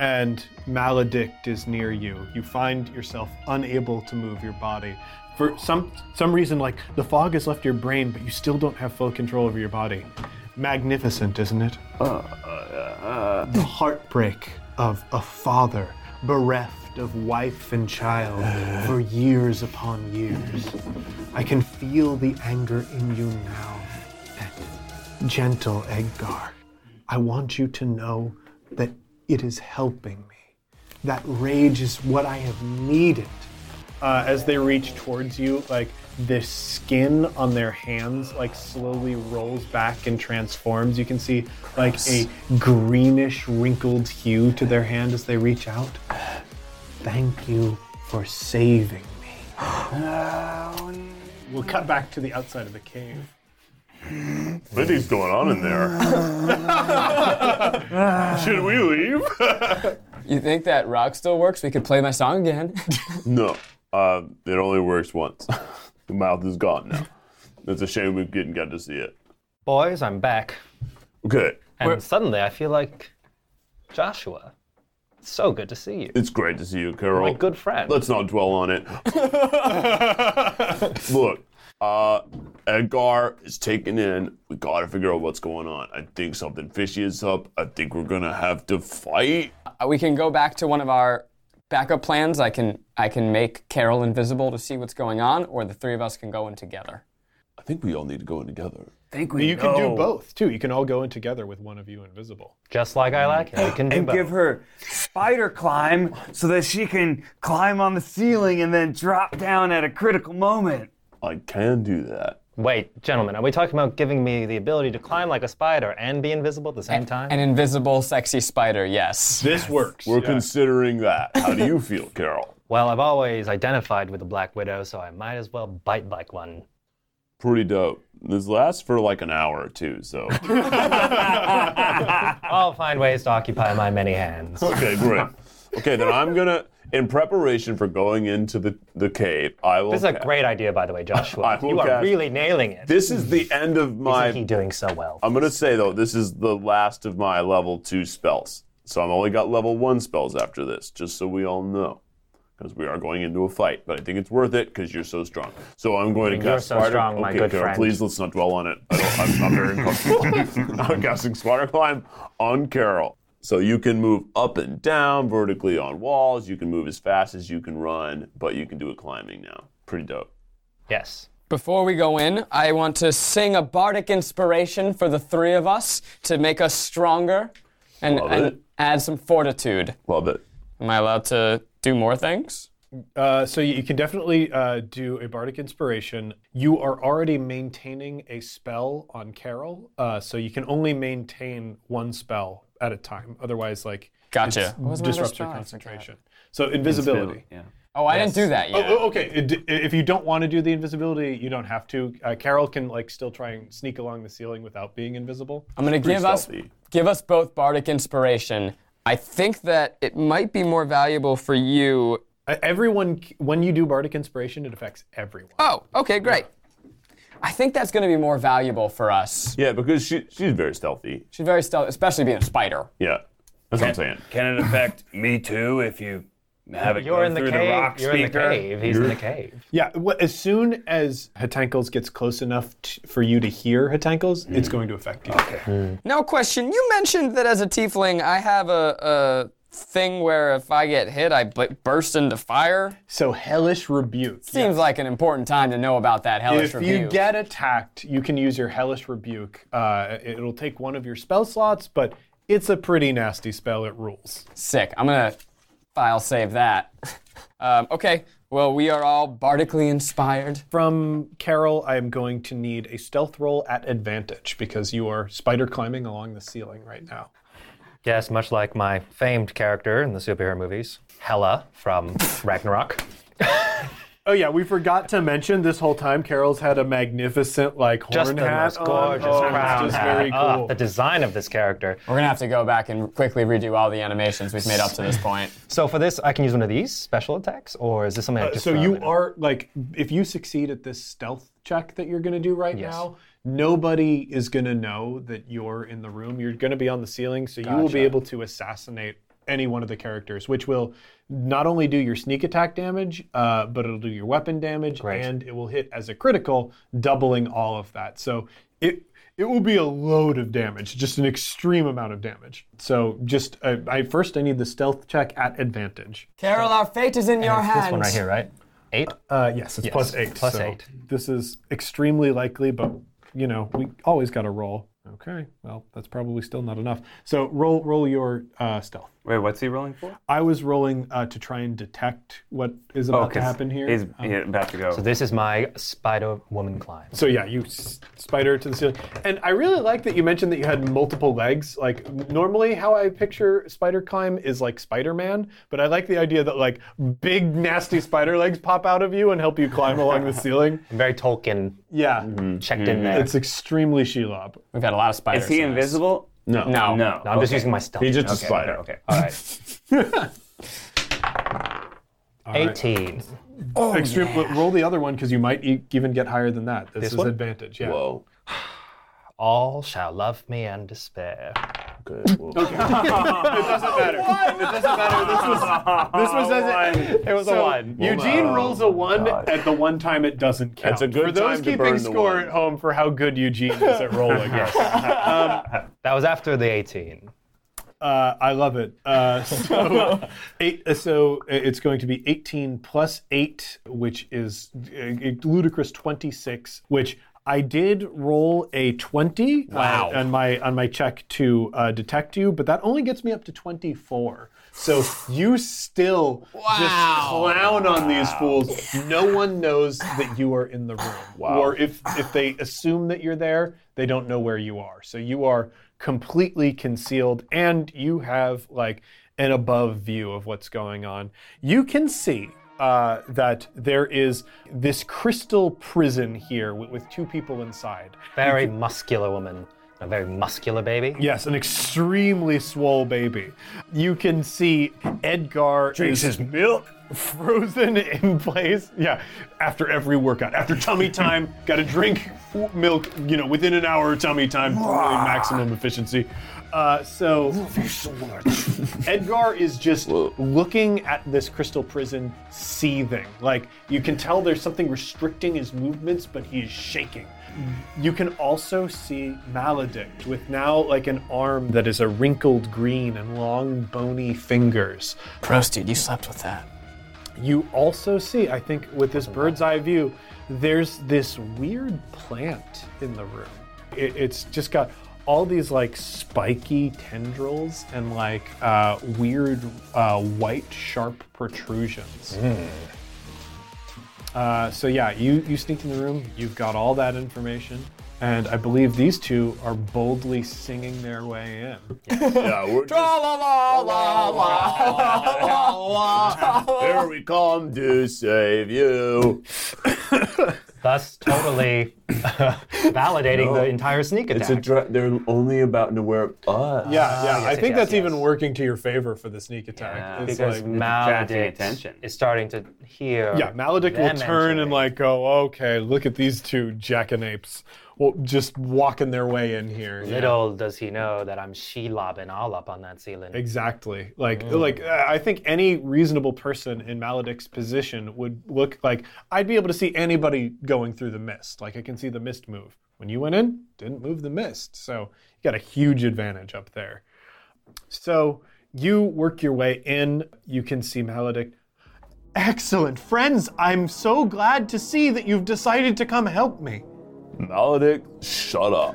S10: And Maledict is near you. You find yourself unable to move your body. For some some reason, like the fog has left your brain, but you still don't have full control over your body. Magnificent, isn't it? the heartbreak of a father bereft of wife and child for years upon years. I can feel the anger in you now. And gentle Edgar, I want you to know that it is helping me. That rage is what I have needed. Uh, as they reach towards you, like the skin on their hands, like slowly rolls back and transforms. You can see like a greenish, wrinkled hue to their hand as they reach out. Thank you for saving me. we'll cut back to the outside of the cave.
S5: Anything's going on in there. Should we leave?
S4: You think that rock still works? We could play my song again.
S5: No, uh, it only works once. the mouth is gone now. It's a shame we didn't get to see it.
S2: Boys, I'm back.
S5: Okay,
S2: And suddenly I feel like Joshua. So good to see you.
S5: It's great to see you, Carol.
S2: Oh My good friend.
S5: Let's not dwell on it. Look, uh, Edgar is taken in. We gotta figure out what's going on. I think something fishy is up. I think we're gonna have to fight.
S4: Uh, we can go back to one of our backup plans. I can I can make Carol invisible to see what's going on, or the three of us can go in together.
S5: I think we all need to go in together.
S6: think we
S10: You can do
S4: Oh.
S6: know.
S10: both too. You can all go in together with one of you invisible.
S2: Just like I like it. We can do
S6: and
S2: both.
S6: give her spider climb so that she can climb on the ceiling and then drop down at a critical moment.
S5: I can do that.
S2: Wait, gentlemen, are we talking about giving me the ability to climb like a spider and be invisible at the same time?
S4: An invisible, sexy spider. Yes.
S10: This works.
S5: We're considering that. How do you feel, Carol?
S2: well, I've always identified with the Black Widow, so I might as well bite like one.
S5: Pretty dope. This lasts for like an hour or two, so.
S2: I'll find ways to occupy my many hands.
S5: Okay, great. Okay, then I'm gonna, in preparation for going into the, the cave, I will.
S2: This is a
S5: ca-
S2: great idea, by the way, Joshua.
S5: I will
S2: you are
S5: cast-
S2: really nailing it.
S5: This is the end of my
S2: Isn't he doing so well?
S5: I'm gonna say though, this is the last of my level two spells. So I've only got level one spells after this, just so we all know. Because we are going into a fight, but I think it's worth it because you're so strong. So I'm going to
S2: You're
S5: cast
S2: so
S5: Spider-
S2: strong, my
S5: okay,
S2: good
S5: Carol,
S2: friend.
S5: Please let's not dwell on it. I don't, I'm, I'm very uncomfortable. I'm casting Spider Climb on Carol. So you can move up and down vertically on walls. You can move as fast as you can run, but you can do it climbing now. Pretty dope.
S2: Yes.
S4: Before we go in, I want to sing a bardic inspiration for the three of us to make us stronger and,
S5: Love it.
S4: and add some fortitude.
S5: Love it.
S4: Am I allowed to do more things?
S10: Uh, so you you can definitely uh, do a bardic inspiration. You are already maintaining a spell on Carol, uh, so you can only maintain one spell at a time. Otherwise, like
S4: Gotcha.
S10: it's-
S4: What was my other
S10: disrupts
S4: spell?
S10: your
S4: I forgot.
S10: concentration. So invisibility.
S6: Yeah.
S4: Oh, I didn't do that yet.
S10: Oh, oh, okay. It d- If you don't want to do the invisibility, you don't have to. Uh, Carol can like still try and sneak along the ceiling without being invisible.
S4: I'm gonna give us
S5: stealthy.
S4: give us both bardic inspiration. I think that it might be more valuable for you.
S10: Uh, everyone, c- when you do bardic inspiration, it affects everyone.
S4: Oh, okay, great. I think that's gonna be more valuable for us.
S5: Yeah, because she, she's very stealthy.
S4: She's very stealthy, especially being a spider.
S5: Yeah, that's what I'm saying.
S6: Can it affect me too if you have it
S2: You're
S6: go
S2: in the
S6: through the
S2: cave.
S6: rock
S2: You're in the
S6: speaker?
S2: cave. He's in the cave.
S10: Yeah, wh- as soon as Hatankles gets close enough t- for you to hear Hatankles, it's going to affect you. Okay.
S4: Now, question. You mentioned that as a tiefling, I have a, a thing where if I get hit, I bl- burst into fire.
S10: So hellish rebuke.
S4: Seems like an important time to know about that hellish
S10: If
S4: review.
S10: you get attacked, you can use your hellish rebuke. Uh, it'll take one of your spell slots, but it's a pretty nasty spell. It rules.
S4: Sick. I'm gonna file save that. um, okay. Well, we are all bardically inspired.
S10: From Carol, I am going to need a stealth roll at advantage because you are spider climbing along the ceiling right now.
S2: Yes, much like my famed character in the superhero movies, Hela from Ragnarok.
S10: Oh yeah, we forgot to mention this whole time Carol's had a magnificent like horn
S2: Just the
S10: hat
S2: most
S10: on.
S2: gorgeous
S10: Oh, it's
S2: crown
S10: just
S2: hat.
S10: very cool.
S2: Ah, the design of this character.
S4: We're gonna have to go back and quickly redo all the animations we've made up to this point.
S2: So for this, I can use one of these special attacks, or is this something I just
S10: Uh, so
S2: throw
S10: you
S2: in?
S10: are like if you succeed at this stealth check that you're going to do right now nobody is going to know that you're in the room you're going to be on the ceiling so you will be able to assassinate any one of the characters which will not only do your sneak attack damage uh, but it'll do your weapon damage and it will hit as a critical doubling all of that so it it will be a load of damage just an extreme amount of damage so just uh, i first i need the stealth check at advantage
S4: Carol, our fate is in your
S2: It's
S4: hands.
S2: this one right here, right? Eight.
S10: uh, yes, it's plus eight.
S2: plus
S10: so
S2: eight.
S10: This is extremely likely, but you know we always got to roll. Okay, well that's probably still not enough. So roll roll your uh, stealth.
S6: Wait, what's he rolling for?
S10: I was rolling uh, to try and detect what is about to
S6: Oh, 'cause
S10: happen here. Oh.
S6: He's he's about to go.
S2: So this is my Spider Woman climb.
S10: so yeah, you s- spider to the ceiling, and I really like that you mentioned that you had multiple legs. Like normally, how I picture spider climb is like Spider Man, but I like the idea that like big nasty spider legs pop out of you and help you climb along the ceiling.
S2: Very Tolkien
S10: Yeah,
S2: checked in there.
S10: Mm-hmm. it's extremely Shelob.
S4: We've got a lot of spiders.
S6: is he
S4: in this.
S6: invisible?
S5: No.
S4: No.
S6: No.
S2: No, I'm just using my stealth.
S5: He's just a spider.
S6: Okay. All right.
S2: 18.
S10: Oh, Extreme. Roll the other one because you might e- even get higher than that. This, is
S2: one?
S10: advantage. Yeah.
S5: Whoa.
S2: all shall love me and despair.
S5: Okay. Well,
S10: doesn't matter. It doesn't matter. This was this was as it,
S2: It was a one.
S10: Eugene rolls a one
S5: God.
S10: at the one time it doesn't count.
S5: That's a good
S10: for those
S5: time to burn
S10: keeping
S5: the
S10: score
S5: one.
S10: at home for how good Eugene is at rolling.
S2: That was after the 18.
S10: Uh, I love it. Uh, so, eight, uh, so it's going to be 18 plus 8, which is uh, a ludicrous 26, which I did roll a 20 wow. on my on my check to uh, detect you, but that only gets me up to 24. So you still just clown on these fools. No one knows that you are in the room. Or if if they assume that you're there, they don't know where you are. So you are completely concealed and you have like an above view of what's going on. You can see uh, that there is this crystal prison here with, with two people inside.
S2: Very muscular woman. A very muscular baby.
S10: Yes, an extremely swole baby. You can see Edgar is
S6: milk.
S10: frozen in place. Yeah, after every workout, after tummy time, got to drink milk. You know, within an hour of tummy time for really maximum efficiency. Uh, so, Edgar is just looking at this crystal prison, seething. Like you can tell, there's something restricting his movements, but he is shaking. You can also see Maledict with now like an arm that is a wrinkled green and long bony fingers.
S4: Gross, dude, you slept with that.
S10: You also see, I think, with this bird's eye view, there's this weird plant in the room. It, it's just got all these like spiky tendrils and like uh, weird uh, white sharp protrusions.
S2: Hmm.
S10: Uh, so yeah, you you sneaked in the room. You've got all that information, and I believe these two are boldly singing their way in.
S5: yeah, we're just, here we come to save you.
S2: Thus, totally validating the entire sneak attack.
S5: It's a dra- they're only about to wear uh, us.
S10: Yeah, yeah. I think
S2: Ah, yes,
S10: that's even working to your favor for the sneak attack. It's
S2: because
S10: like-
S2: Maledict
S11: attention.
S2: is starting to hear.
S10: Yeah, Maledict will
S2: them
S10: turn
S2: entering.
S10: and like go, okay, look at these two jackanapes. Well, just walking their way in here. Yeah.
S2: Little does he know that I'm she lobbing all up on that ceiling.
S10: Exactly. Like, like uh, I think any reasonable person in Maledict's position would look like I'd be able to see anybody going through the mist. Like I can see the mist move. When you went in, didn't move the mist, so you got a huge advantage up there. So you work your way in. You can see Maledict. Excellent friends. I'm so glad to see that you've decided to come help me.
S5: Maledict, shut up.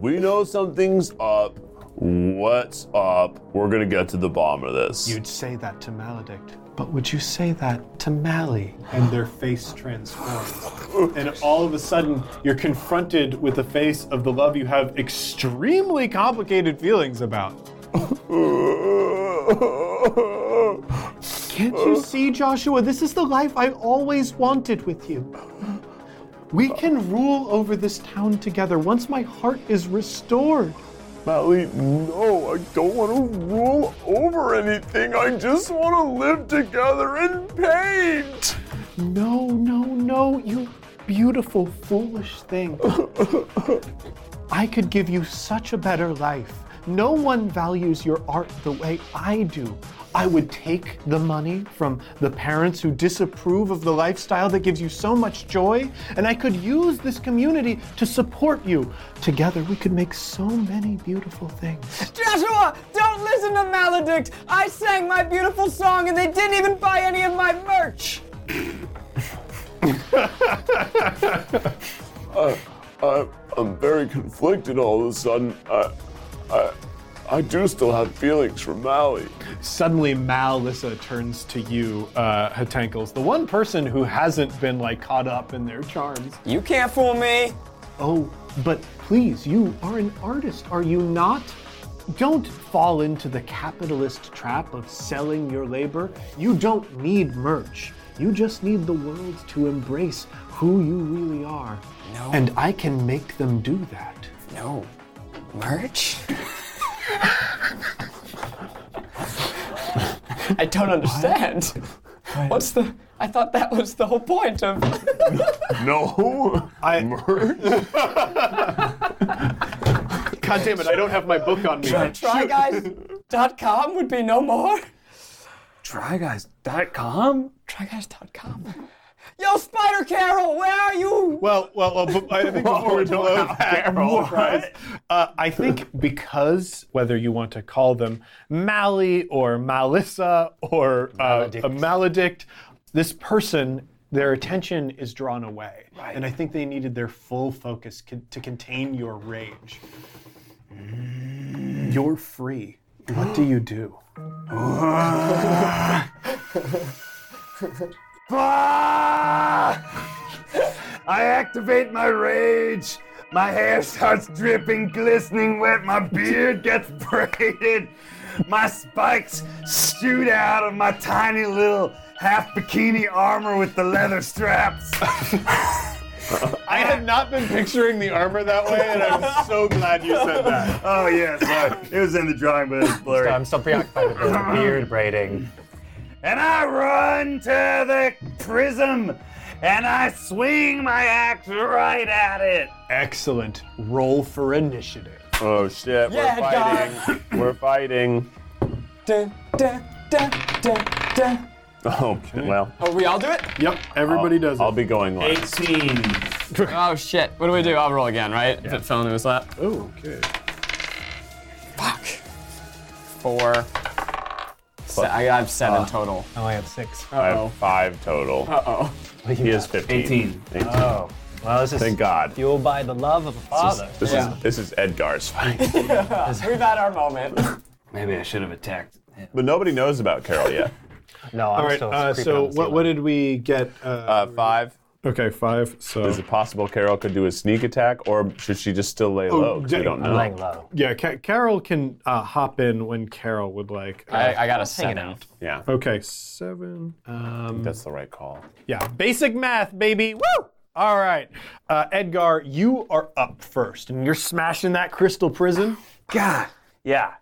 S5: we know something's up. What's up? We're gonna get to the bottom of this.
S10: You'd say that to Maledict, but would you say that to Mally? And their face transforms. and all of a sudden, you're confronted with the face of the love you have extremely complicated feelings about. Can't you see, Joshua? This is the life I always wanted with you. We can rule over this town together once my heart is restored.
S5: Mally, no, I don't want to rule over anything. I just want to live together and paint.
S10: No, no, no, you beautiful, foolish thing. I could give you such a better life. No one values your art the way I do. I would take the money from the parents who disapprove of the lifestyle that gives you so much joy, and I could use this community to support you. Together, we could make so many beautiful things.
S4: Joshua, don't listen to Maledict. I sang my beautiful song and they didn't even buy any of my merch.
S5: I, I'm very conflicted all of a sudden. I, I, I do still have feelings for Mally.
S10: suddenly Malissa turns to you, uh, Hatankles, the one person who hasn't been like caught up in their charms.
S4: You can't fool me.
S10: Oh, but please, you are an artist, are you not? Don't fall into the capitalist trap of selling your labor. You don't need merch. You just need the world to embrace who you really are. No. And I can make them do that.
S4: No. Merch? I don't understand. What's the? I thought that was the whole point of.
S5: No.
S10: God damn it, I don't have my book on me.
S4: TryGuys.com would be no more.
S11: Tryguys.com?
S4: TryGuys.com. Yo, Spider Carol, where are you?
S10: Well, well, well but I think before we blow that, surprise, uh, I think because whether you want to call them Mally or Malissa or uh, a maledict, this person, their attention is drawn away, right. and I think they needed their full focus con- to contain your rage. You're free. What do you do?
S6: Ah! I activate my rage. My hair starts dripping, glistening wet. My beard gets braided. My spikes shoot out of my tiny little half bikini armor with the leather straps.
S10: I had not been picturing the armor that way, and I'm so glad you said that.
S6: Oh, yeah, sorry. It was in the drawing, but it was blurry.
S2: I'm still preoccupied with the beard braiding.
S6: and I run to the prism and I swing my axe right at it.
S10: Excellent. Roll for initiative.
S5: Oh shit.
S4: Yeah,
S5: We're fighting. We're fighting.
S4: Dun, dun, dun, dun, dun.
S5: Oh well.
S4: Oh, we all do it?
S10: Yep, everybody does it.
S5: I'll be going last.
S11: 18.
S4: Oh shit! What do we do? I'll roll again, right? If it fell into his lap.
S10: oh, okay.
S4: Fuck. Four. Se- I have seven total.
S10: Oh, I have six.
S5: I have five total. Uh oh. He is 15.
S11: 18.
S5: 18.
S2: Oh. Well, this is
S5: Thank God.
S2: fueled by the love of a father.
S5: This
S4: Yeah.
S5: is this is Edgar's fight.
S4: We've had our moment.
S11: Maybe I should have attacked.
S5: but nobody knows about Carol yet.
S2: No, I'm
S10: All right,
S2: still
S10: uh,
S2: creeping on
S10: so
S2: the
S10: what,
S2: ceiling.
S10: what did we get? Uh,
S5: Uh, five.
S10: okay, five. So,
S5: Is it possible Carol could do a sneak attack, or should she just still lay low? 'Cause
S10: dang.
S5: we don't know.
S2: I'm laying low.
S10: yeah, Ca- Carol can uh, hop in when Carol would like. Uh,
S4: I, I got a seven.
S2: out.
S5: Yeah,
S10: okay, seven. Um,
S5: that's the right call.
S10: yeah, basic math, baby. Woo! All right. Uh, Edgar, you are up first, and you're smashing that crystal prison.
S6: God. Yeah.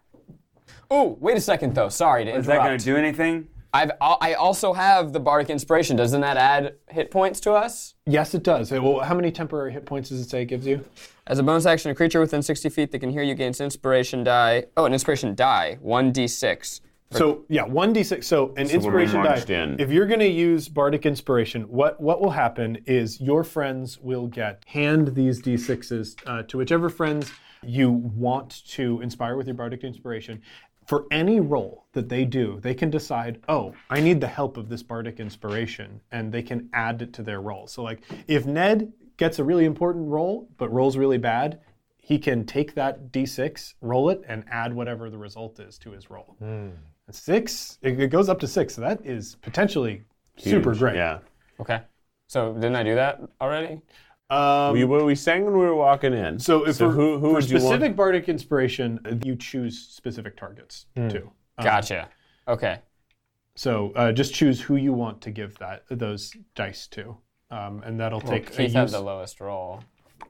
S4: Ooh, wait a second though. Sorry to interrupt.
S6: Is that going to do anything?
S4: I've, al- I also have the bardic inspiration. Doesn't that add hit points to us?
S10: Yes, it does. It- well, how many temporary hit points does it say it gives you?
S4: As a bonus action, a creature within 60 feet that can hear you gains an inspiration die. Oh, an inspiration die, 1d6.
S10: So yeah, one d six. So
S5: what are
S10: an
S5: we
S10: inspiration die.
S5: marched in?
S10: If you're going to use bardic inspiration, what what will happen is your friends will get hand these d sixes uh, to whichever friends you want to inspire with your bardic inspiration. For any role that they do, they can decide, oh, I need the help of this bardic inspiration, and they can add it to their role. So like, if Ned gets a really important role but rolls really bad. He can take that d6, roll it, and add whatever the result is to his roll. Six? It it goes up to six. So that is potentially super
S5: Huge,
S10: great.
S5: Yeah.
S4: Okay. So didn't I do that already?
S5: we, what we sang when we were walking in.
S10: Um, So, if for,
S5: who, who
S10: for
S5: would you
S10: specific
S5: want?
S10: bardic inspiration, you choose specific targets
S5: Hmm.
S10: too.
S4: Gotcha. Okay.
S10: So uh, just choose who you want to give that those dice to, um, and that'll take a
S4: Keith had
S10: use.
S4: the lowest roll.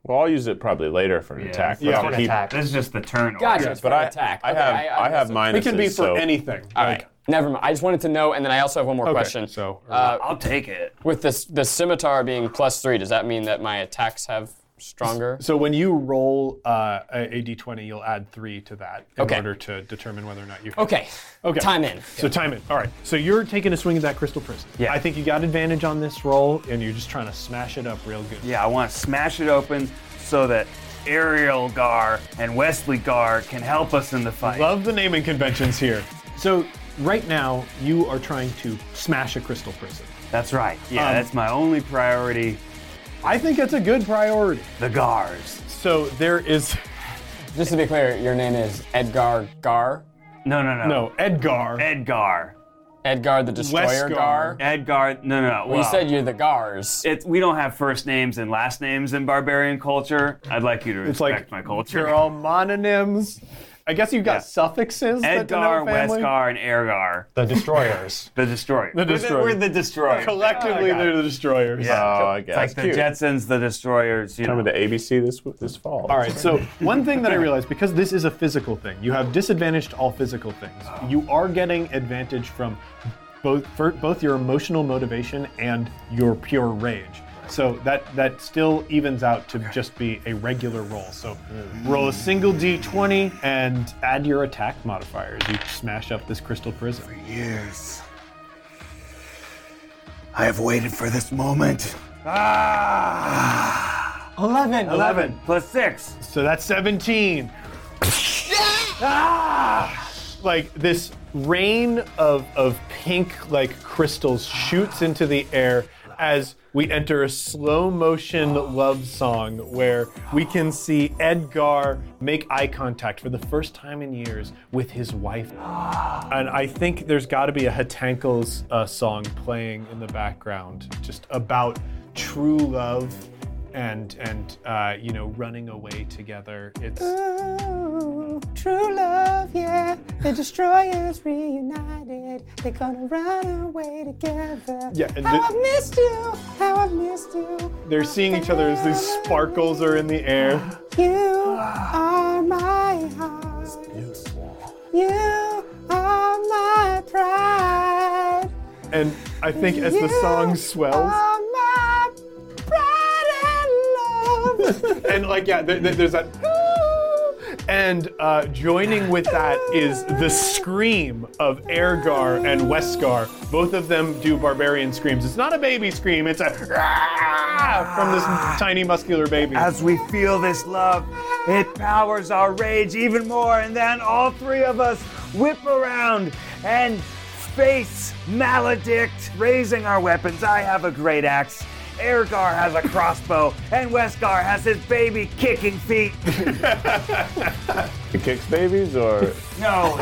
S5: Well, I'll use it probably later for an attack. but
S10: Yeah.
S5: I'll
S10: For an
S5: keep-
S2: attack.
S11: This is just the turn. order.
S4: Gotcha. it's
S5: But
S4: for
S5: I,
S4: attack.
S5: I
S4: Okay,
S5: have
S4: I-
S5: I,
S4: I
S5: have
S4: understoall.
S5: minuses.
S10: It can be for
S5: so
S10: anything.
S4: All right. Never mind. I just wanted to know, and then I also have one more question.
S10: So
S4: Uh,
S11: I'll take it.
S4: With this, the scimitar being plus three, does that mean that my attacks have stronger?
S10: so when you roll uh, a a d20, you'll add three to that in
S4: Okay.
S10: order to determine whether or not you.
S4: Okay.
S10: Okay.
S4: Time in.
S10: So time it. All right. So you're taking a swing at that crystal prison. Yeah. I think you got advantage on this roll, and you're just trying to smash it up real good.
S6: Yeah, I want to smash it open so that Ariel Gar and Wesley Gar can help us in the fight.
S10: Love the naming conventions here. So right now you are trying to smash a crystal prison.
S6: That's right. Yeah,
S10: Um,
S6: that's my only priority.
S10: I think it's a good priority.
S6: The Gars.
S10: So there is
S4: Just to be clear, your name is Edgar Gar.
S6: No, no, no.
S10: no Edgar.
S6: Edgar.
S4: Edgar the Destroyer
S10: Westgar.
S4: Gar.
S6: Edgar. No, no, no.
S4: You
S6: well,
S4: said you're the Gars.
S6: it's, we don't have first names and last names in barbarian culture. I'd like you to
S10: It's
S6: respect my
S10: like
S6: culture.
S10: You're all mononyms. I guess you got suffixes. that
S6: Edgar,
S10: denote family.
S6: Westgar, and Ergar.
S2: The destroyers.
S6: The destroyer. The
S10: Destroyer.
S6: We're the, destroyer.
S10: Collectively, they're the destroyers.
S5: Oh, I
S6: It's
S5: guess.
S6: like the
S5: Cute.
S6: Jetsons, the destroyers. You know.
S5: Coming to ABC this this fall.
S10: All right. So one thing that I realized because this is a physical thing, you have disadvantage to all physical things. You are getting advantage from both for both your emotional motivation and your pure rage. So that that still evens out to just be a regular roll. So roll a single d20 and add your attack modifier as you smash up this crystal prison.
S6: Years. I have waited for this moment. Ah!
S4: 11.
S6: 11.
S11: Plus six.
S10: So that's 17. Ah! Like this rain of, of pink like crystals shoots into the air as we enter a slow motion love song where we can see Edgar make eye contact for the first time in years with his wife. And I think there's got to be a Hatankles uh, song playing in the background just about true love and and uh, you know running away together. It's
S7: True love, yeah. The destroyers reunited. They're gonna run away together.
S10: Yeah, and
S7: how
S10: the-
S7: I've missed you. How I've missed you.
S10: they're seeing each other as these sparkles are in the air.
S7: You are my heart. You are my pride.
S10: And I think as the
S7: You
S10: song swells,
S7: Are my pride and love.
S10: and like yeah, there, there- there's that. "Ooh," And uh, joining with that is the scream of Ergar and Westgar. Both of them do barbarian screams. It's not a baby scream; it's a "Ah!" from this tiny muscular baby.
S6: As we feel this love, it powers our rage even more, and then all three of us whip around and face maledict, raising our weapons. I have a great axe. Ergar has a crossbow, and Westgar has his baby kicking feet.
S5: It kicks babies or
S6: No,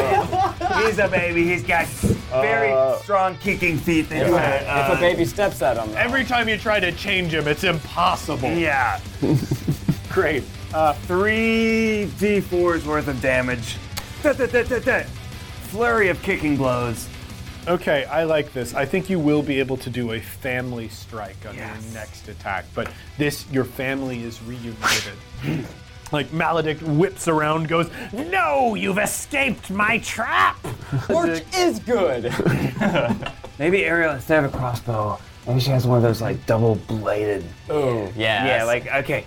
S6: he's a baby. He's got very
S5: Uh,
S6: strong kicking feet. That you have,
S4: If a uh, baby steps at him.
S10: Every time you try to change him, it's impossible.
S6: uh,
S10: Uh,
S6: yeah,
S10: Great.
S6: three d4s worth of damage. Da, da, da, da, da. Flurry of kicking blows.
S10: Okay, I like this. I think you will be able to do a family strike on
S6: Yes.
S10: your next attack, but this, your family is reunited. like Maledict whips around, goes, No, you've escaped my trap!
S4: Porch is good.
S6: Maybe Ariel, instead of a crossbow, maybe she has one of those like double bladed.
S4: Ooh, yeah.
S6: Yeah, like, okay.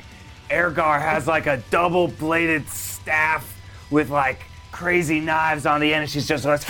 S6: Ergar has like a double bladed staff with like crazy knives on the end, and she's just like.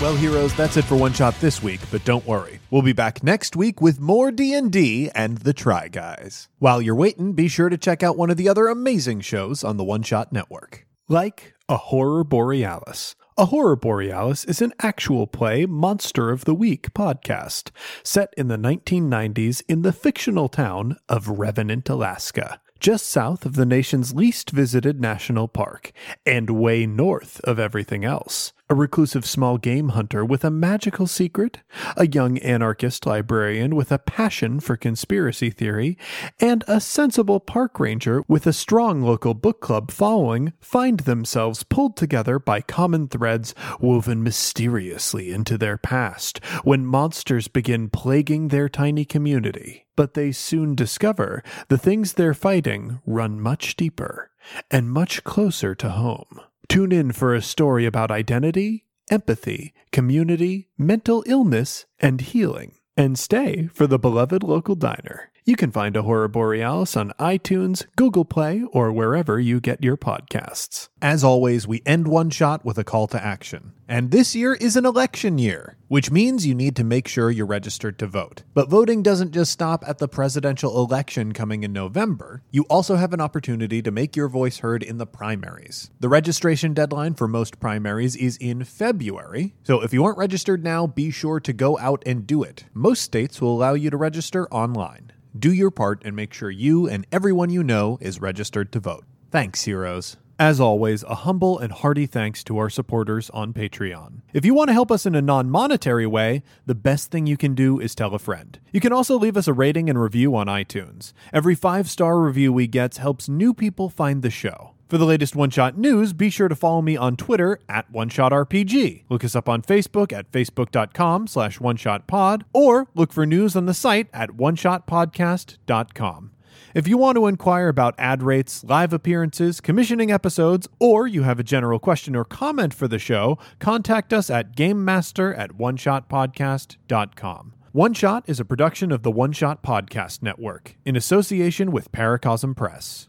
S3: Well, heroes, that's it for One Shot this week, but don't worry. We'll be back next week with more D&D and the Try Guys. While you're waiting, be sure to check out one of the other amazing shows on the One Shot network.
S10: Like A Horror Borealis. A Horror Borealis is an actual play Monster of the Week podcast set in the 1990s in the fictional town of Revenant, Alaska, just south of the nation's least visited national park and way north of everything else. A reclusive small game hunter with a magical secret, a young anarchist librarian with a passion for conspiracy theory, and a sensible park ranger with a strong local book club following find themselves pulled together by common threads woven mysteriously into their past when monsters begin plaguing their tiny community. But they soon discover the things they're fighting run much deeper and much closer to home. Tune in for a story about identity, empathy, community, mental illness, and healing. And stay for the beloved local diner. You can find a Horror Borealis on iTunes, Google Play, or wherever you get your podcasts.
S3: As always, we end One Shot with a call to action. And this year is an election year, which means you need to make sure you're registered to vote. But voting doesn't just stop at the presidential election coming in November. You also have an opportunity to make your voice heard in the primaries. The registration deadline for most primaries is in February, so if you aren't registered now, be sure to go out and do it. Most states will allow you to register online. Do your part and make sure you and everyone you know is registered to vote. Thanks, heroes.
S10: As always, a humble and hearty thanks to our supporters on Patreon. If you want to help us in a non monetary way, the best thing you can do is tell a friend. You can also leave us a rating and review on iTunes. Every five star review we get helps new people find the show. For the latest One Shot news, be sure to follow me on Twitter at OneShotRPG. Look us up on Facebook at facebook.com slash OneShotPod, or look for news on the site at OneShotPodcast.com. If you want to inquire about ad rates, live appearances, commissioning episodes, or you have a general question or comment for the show, contact us at gamemaster at oneshotpodcast.com. One Shot is a production of the One Shot Podcast Network in association with Paracosm Press.